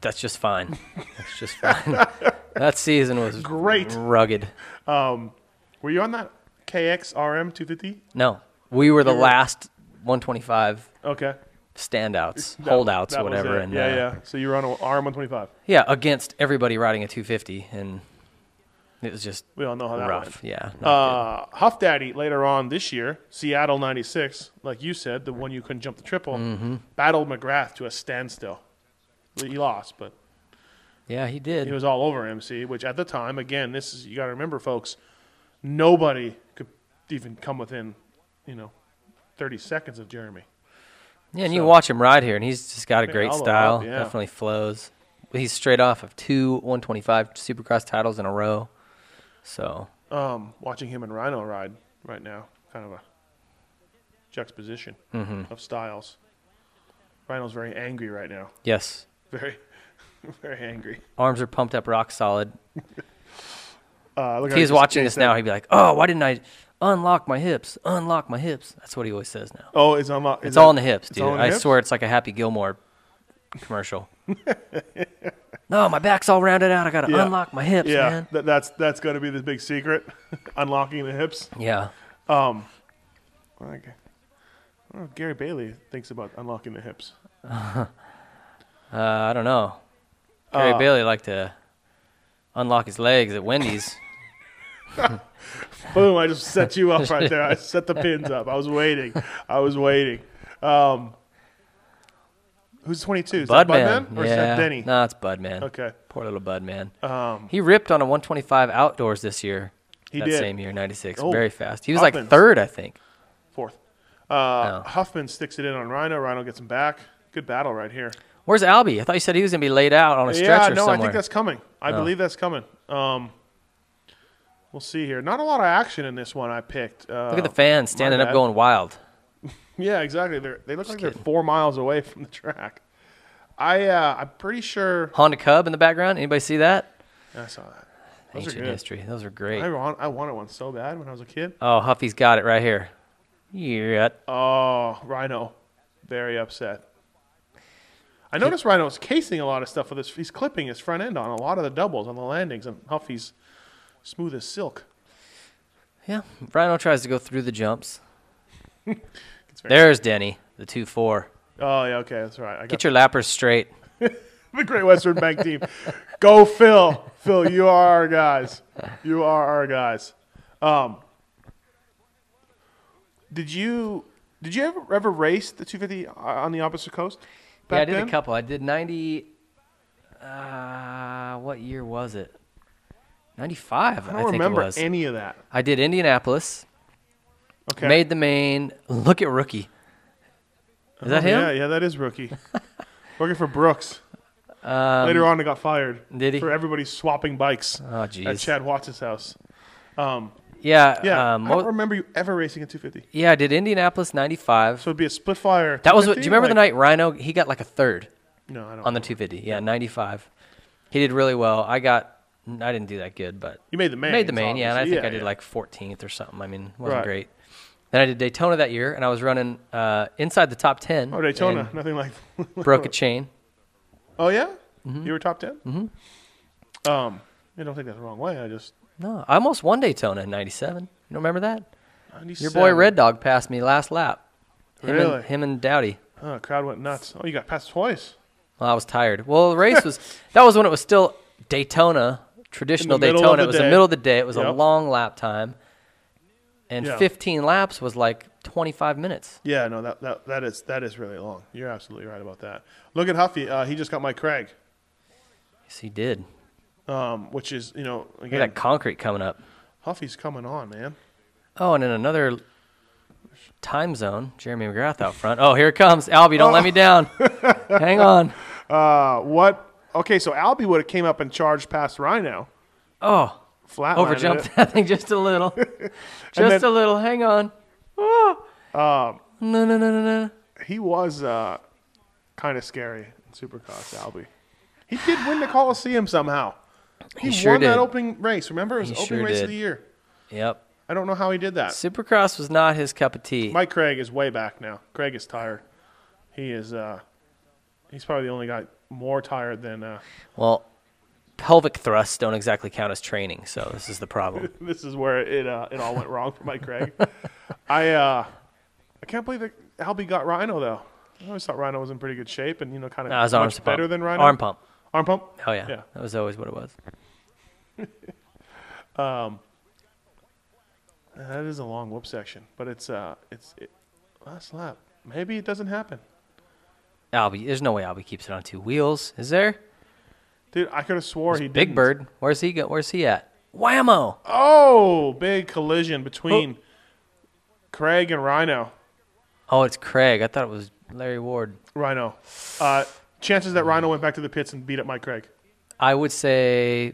That's
[laughs]
just fine. That's just fine. [laughs] that season was
Great.
rugged.
Were you on that KXRM 250?
No, we were the
were-
last 125
Okay.
standouts,
That-
holdouts,
that was
whatever.
it.
And
yeah,
uh,
yeah. So you were on a RM125.
yeah, against everybody riding a 250, and it was just
We all know how Oh, that
rough.
went.
Yeah, not good.
Uh, Huff Daddy later on this year, Seattle 96, like you said, the one you couldn't jump the triple,
Mm-hmm.
battled McGrath to a standstill. He lost, but
yeah, he did.
it was all over MC, which at the time, again, this is you got to remember, folks, nobody could even come within, you know, 30 seconds of Jeremy.
Yeah, and you
So-
watch him ride here, and he's just got a great
all the way
style.
up, yeah.
Definitely flows. He's straight off of two 125 Supercross titles in a row. So
Um, watching him and Rhino ride right now, kind of a juxtaposition
Mm-hmm.
of styles. Rhino's very angry right now, [laughs]
yes,
very, very angry.
arms are pumped up, rock solid.
Uh, look
If
how he
he's
just
watching this
cased
now,
in.
he'd be like, "Oh, why didn't I unlock my hips? Unlock my hips." That's what he always says now.
Oh, it's unlocked.
It's all in the hips,
it's
dude.
all in the
I
hips?
swear, it's like a Happy Gilmore
[laughs]
commercial. no, my back's all rounded out. I gotta
Yeah.
unlock my hips,
Yeah,
man.
that, that's that's going to be the big secret, [laughs] unlocking the hips.
Yeah,
Okay. I don't know if Gary Bailey thinks about unlocking the hips.
uh, I don't know. Gary
Uh,
Bailey liked to unlock his legs
[coughs]
at Wendy's.
Boom! I just set you up right there. I set the pins up. I was waiting. I was waiting. Um, who's 22? Is that
Budman.
Budman or is
yeah.
that Denny?
No, it's Budman.
Okay.
Poor little Budman.
Um,
he ripped on a 125 outdoors this year.
He
that
did.
same year, 96.
Oh,
Very fast. He was like
Huffman's.
third, I think.
fourth. Uh,
Oh.
Huffman sticks it in on Rhino. Rhino gets him back. Good battle right here.
Where's Albie? I thought you said he was going to be laid out on a
Yeah,
stretcher
no,
somewhere. Oh.
I think that's coming. I believe that's coming. Um, we'll see here. Not a lot of action in this one. I picked. Uh,
Look at the fans standing up
bad.
going wild.
Yeah, exactly. They're, they look like they're
kidding.
four miles away from the track. I uh, I'm pretty sure
Honda Cub in the background. Anybody see that?
I saw that. Those
Ancient
are good.
history. Those are great.
I, want, I wanted one so bad when I was a kid.
Oh, Huffy's got it right here. Yeah.
Oh, Rhino, very upset. I noticed Rhino's casing a lot of stuff with his. He's clipping his front end on a lot of the doubles on the landings, and Huffy's smooth as silk.
Yeah. Rhino tries to go through
[laughs]
the jumps.
It's very-
There's Denny, the 2 4.
Oh yeah, okay, that's right. I got
Get your lappers straight.
[laughs] the Great Western Bank team. Go, Phil. Phil, you are our guys. You are our guys. Um, did you Did you ever ever race the 250 on the opposite coast?
Yeah, I
back
did
then?
a couple. I did 90. Uh, what year was it? 95,
I
I,
don't
think
remember
it was.
any of that.
I did Indianapolis,
Okay.
made the main. Look at rookie. Is that
Oh,
him?
Yeah, yeah, that is rookie. [laughs] Working for Brooks. Later on, he got fired.
Um, did he?
For everybody swapping bikes
Oh,
at
jeez.
Chad Watts' house. Um,
yeah.
yeah,
um,
I don't
what-
remember you ever racing a 250.
yeah, I did Indianapolis 95.
So it'd be a split fire.
that was what, do you
250,
remember the
like-
night Rhino, he got like a third
No, I don't.
on the 250. Yeah, 95. He did really well. I got, I didn't do that good, but
You made the main.
made the main, yeah, and I think I did like 14th or something. I mean, it wasn't
Right.
great. Then I did Daytona that year, and I was running uh, inside the top 10.
Oh, Daytona, nothing like. [laughs]
and Broke a chain.
oh yeah, you were top 10 Mm-hmm. Um, I don't think that's the wrong way. I just
No, I almost won Daytona in 97. You don't remember that?
97.
Your boy Red Dog passed me last lap. Him
Really?
And, him and Dowdy.
Oh, crowd went nuts. Oh, you got passed twice.
Well, I was tired. Well, the race
[laughs]
was, that was when it was still Daytona, traditional
middle of
Daytona.
the
It was
day.
the middle of the day. It was a
Yep.
long lap time. And
Yeah.
15 laps was like 25 minutes.
Yeah, no, that, that that is that is really long. You're absolutely right about that. Look at Huffy. Uh, he just got Mike Craig,
Yes, he did.
um, which is you know
Look
again
at that concrete coming up.
Huffy's coming on, man.
Oh, and in another time zone, Jeremy McGrath out front. Oh, here it comes. Albie, don't let
Oh. [laughs]
me down. Hang on.
Uh, what? Okay, so Albie would have came up and charged past Rhino,
Oh,
flat
overjumped that thing just
[laughs]
a little. just
then- Um,
a little. Hang on. Oh. no, no, no, no, no.
He was uh, kind of scary in Supercross, Albie. He did win the Coliseum somehow. He,
He sure
won that
did.
opening race. Remember, it was
He
the opening
sure
race of
did.
the year.
Yep.
I don't know how he did that.
Supercross was not his cup of tea.
Mike Craig is way back now. Craig is tired. He is. Uh, he's probably the only guy more tired than. Uh, [laughs]
Well, pelvic thrusts don't exactly count as training, so this is
[laughs]
the problem.
this is where it uh, it all went wrong for Mike
[laughs]
Craig. I uh, I can't believe that Albie got Rhino though. I always thought Rhino was in pretty good shape and you know kind of
No, his arms
much
pump.
better than Rhino.
Arm pump.
Arm pump.
Oh yeah.
Yeah.
that was always what it was.
That is a long whoop section, but it's uh it's it, last lap. Maybe it doesn't happen,
Albie, there's no way Albie keeps it on two wheels, is there?
dude. I could have swore he
Big
didn't.
Bird, where's he? Go, where's he at? Whammo!
Oh, big collision between Craig and Rhino.
Oh, it's Craig. I thought it was Larry Ward.
Rhino. Uh, chances that Rhino went back to the pits and beat up Mike Craig.
I would say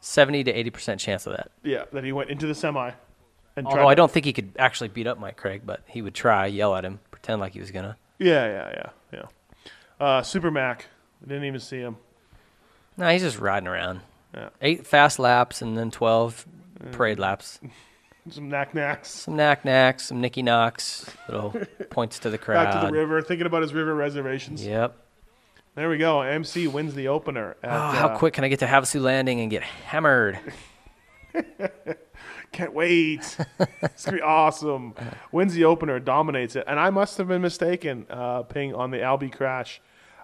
seventy to eighty percent chance of that.
Yeah, that he went into the semi. And tried
Although I
to-
don't think he could actually beat up Mike Craig, but he would try, yell at him, pretend like he was gonna.
Yeah, yeah, yeah, yeah. Uh, Super Mac. I didn't even see him.
No, he's just riding around.
Yeah.
Eight fast laps and then twelve parade laps.
Some knack knacks.
Some knack knacks, some nicky knocks, little points to the
[laughs]
crowd.
Back to the river, thinking about his river reservations.
Yep.
There we go. MC wins the opener. At,
Oh, how
uh,
quick can I get to Havasu Landing and get hammered? [laughs]
Can't wait. it's gonna be awesome. Wins the opener, dominates it, and I must have been mistaken. Uh, ping on the Albie crash.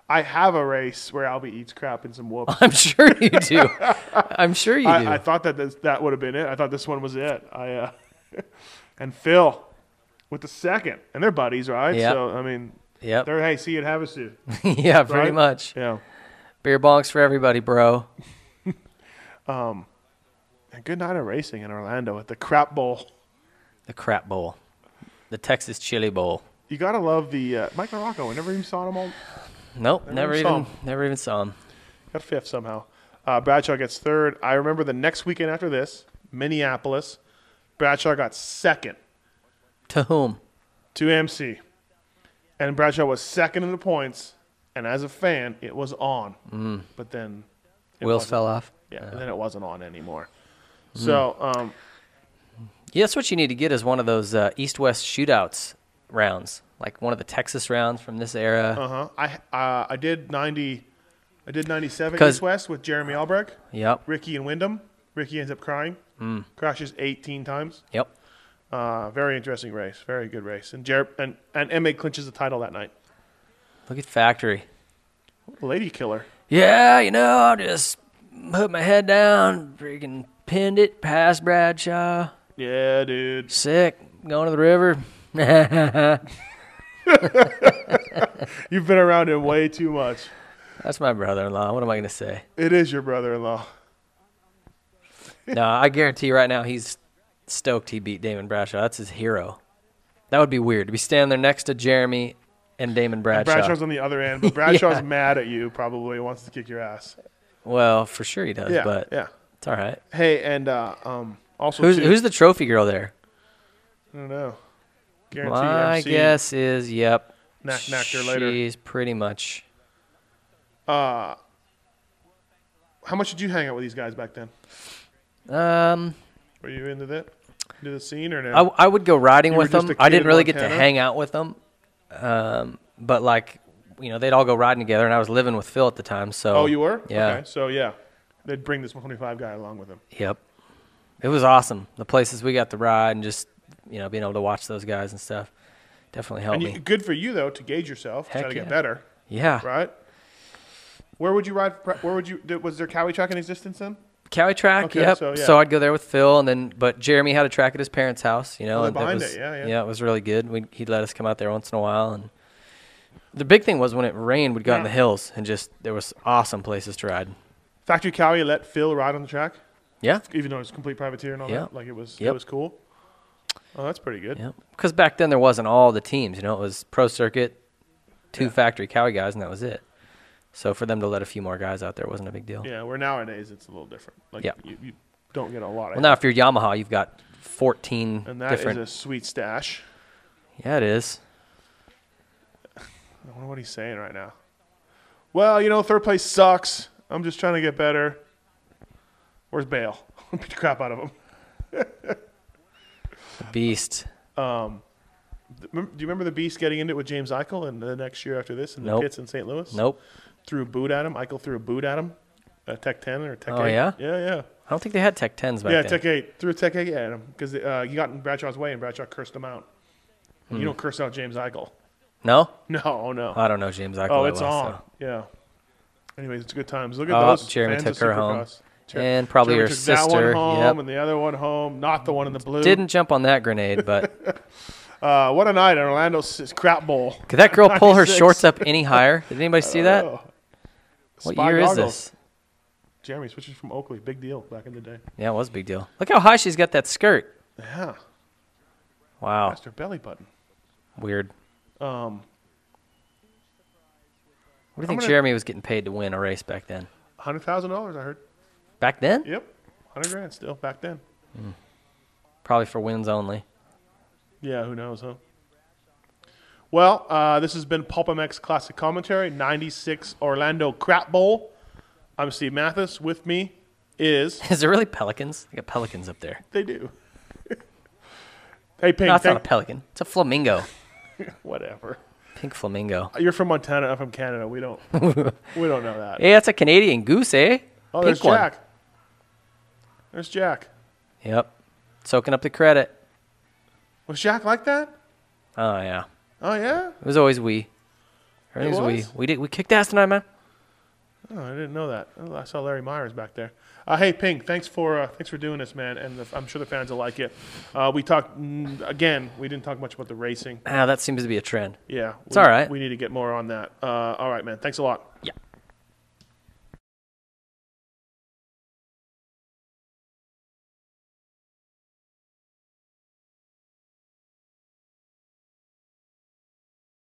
I have a race where Albie eats crap and some whoops.
I'm sure
[laughs]
you do. I'm sure [laughs] you do.
I, I thought that this, that would have been it. I thought this one was it. I uh, [laughs] and Phil with the second, and they're buddies, right?
Yeah.
So I mean,
yep.
they're hey, see you at
[laughs]
Havasu.
yeah, pretty
right?
much.
Yeah.
Beer bonks for everybody, bro.
A good night of racing in Orlando at the Crap Bowl.
The crap bowl. The Texas Chili Bowl.
You gotta love the uh, Mike Morocco. I never even saw him all.
Nope, never,
even saw
even never even saw him.
Got fifth somehow. Uh, Bradshaw gets third. I remember the next weekend after this, Minneapolis. Bradshaw got second
To whom?
to MC, and Bradshaw was second in the points. And as a fan, it was on. But then it
Wheels
wasn't.
fell off.
Yeah, and then it wasn't on anymore. So um,
Yeah, that's what you need to get is one of those uh, East-West shootouts rounds, like one of the Texas rounds from this era.
uh-huh. I uh, I did ninety, I did ninety seven
Because-
East West with Jeremy Albrecht,
Yep,
Ricky and Wyndham. Ricky ends up crying, crashes eighteen times.
yep.
Uh, very interesting race, very good race, and Jer- and and Ma clinches the title that night.
Look at Factory.
What a lady killer!
Yeah, you know, I just put my head down, freaking pinned it past Bradshaw.
Yeah, dude.
Sick. Going to the river. [laughs] That's
You've been around him way too much.
my brother-in-law. What am I going
[laughs]
to say?
It is your brother-in-law.
No, I guarantee right now he's stoked he beat Damon Bradshaw. That's his hero. That would be weird to be standing there next to Jeremy and Damon Bradshaw.
Bradshaw's on the other end,
[laughs]
but Bradshaw's mad at you. Probably wants to kick your ass.
well, for sure he does,
Yeah,
but
yeah.
it's all right.
Hey, and uh, um, also
Who's
too-
who's the trophy girl there?
I don't know. Guarantee
My
MC
guess is yep.
Knack knacked her later.
She's pretty much.
Uh, how much did you hang out with these guys back then?
Um,
Were you into that? Into the scene or no?
I, I would go riding
You were
with
just
them.
a
I
kid
didn't
in
really get to
Montana?
hang out with them, um, but like you know, they'd all go riding together, and I was living with Phil at the time. So
oh, you were.
yeah.
Okay, so yeah, they'd bring this 125 guy along with them.
Yep, it was awesome. The places we got to ride and just you know being able to watch those guys and stuff definitely helped
And you,
me.
good for you though to gauge yourself, to
Heck
try to
yeah.
get better,
Yeah,
right? Where would you ride? Where would you? did- Was there Cowie track in existence then?
Cowie track.
Okay,
yep.
so,
So,
yeah.
I'd go there with Phil, and then but Jeremy had a track at his parents' house. You know,
Oh,
and
behind
was,
it, yeah, yeah.
it was really good. We he'd let us come out there once in a while, and the big thing was when it rained, we'd go out in the hills and just there was awesome places to ride.
Factory Cowie let Phil ride on the track,
Yeah,
even though it was complete privateer and all
Yeah.
that. Like it was, it
Yep.
was cool. Oh, that's pretty good.
yeah. Because back then there wasn't all the teams. You know, it was pro circuit, two factory Cowie guys, and that was it. So for them to let a few more guys out there wasn't a big deal.
Yeah, where nowadays it's a little different. Like
Yeah.
you, you don't get a lot of
Well, now if you're Yamaha, you've got 14
and that is
different.
a sweet stash.
yeah, it is.
I wonder what he's saying right now. Well, you know, third place sucks. I'm just trying to get better. Where's Bale? [laughs] Beat the crap out of him.
The beast.
Th- mem- Do you remember the Beast getting into it with James Eichel and the next year after this in the
Nope.
pits in St. Louis?
Nope.
Threw a boot at him. Eichel threw a boot at him. A Tech 10 or a Tech
Oh,
8.
yeah?
Yeah, yeah.
I don't think they had Tech 10s back
yeah,
then.
Tech 8. Threw a Tech 8 at him because uh, he got in Bradshaw's way and Bradshaw cursed him out. And
Hmm.
You don't curse out James Eichel. [laughs]
no?
No, oh, no.
I don't know James Eichel.
oh,
that
it's
well,
on.
so-
Yeah. Anyways, it's good times. Look at
Oh,
those.
Jeremy
fans of
took her home.
Supercross. Jer-
And probably
Jeremy
her
took that
sister,
one home
yep.
and the other one home. Not the one in the blue.
Didn't jump on that grenade, but
[laughs] Uh, what a night at Orlando's crap bowl.
could that girl pull her
96.
shorts up any higher? Did anybody see that?
Oh.
What
Spy
year is
goggles.
this?
Jeremy switching from Oakley, big deal back in the day.
Yeah, it was a big deal. Look how high she's got that skirt.
Yeah,
Wow.
that's her belly button.
Weird.
Um,
What do you
I'm
think
gonna-
Jeremy was getting paid to win a race back then?
hundred thousand dollars, I heard.
Back then?
Yep, hundred grand still back then.
Probably for wins only. [laughs]
Yeah, who knows, huh? Well, uh, this has been Pulp MX Classic Commentary, 96 Orlando Crap Bowl. I'm Steve Mathis. With me is.
Is there really pelicans? They got pelicans up there.
They do. hey, Pink,
No, it's not a
thank,
pelican. It's a flamingo.
whatever.
Pink flamingo.
You're from Montana. I'm from Canada. We
[laughs]
don't. we don't know that.
Hey, that's a Canadian goose, eh?
Oh, there's
Pink one.
Jack. There's Jack.
Yep. Soaking up the credit.
Was Jack like that?
Oh yeah.
Oh yeah.
It was always we. Everything
It
was we.
was?
We did we kicked ass tonight, man.
Oh, I didn't know that. Oh, I saw Larry Myers back there. Uh, hey, Ping, thanks for uh, thanks for doing this, man. And the, I'm sure the fans will like it. Uh, we talked mm, again. We didn't talk much about the racing.
Ah, that seems to be a trend.
Yeah, it's
all right.
We need to get more on that. Uh, all right, man. Thanks a lot.
Yeah.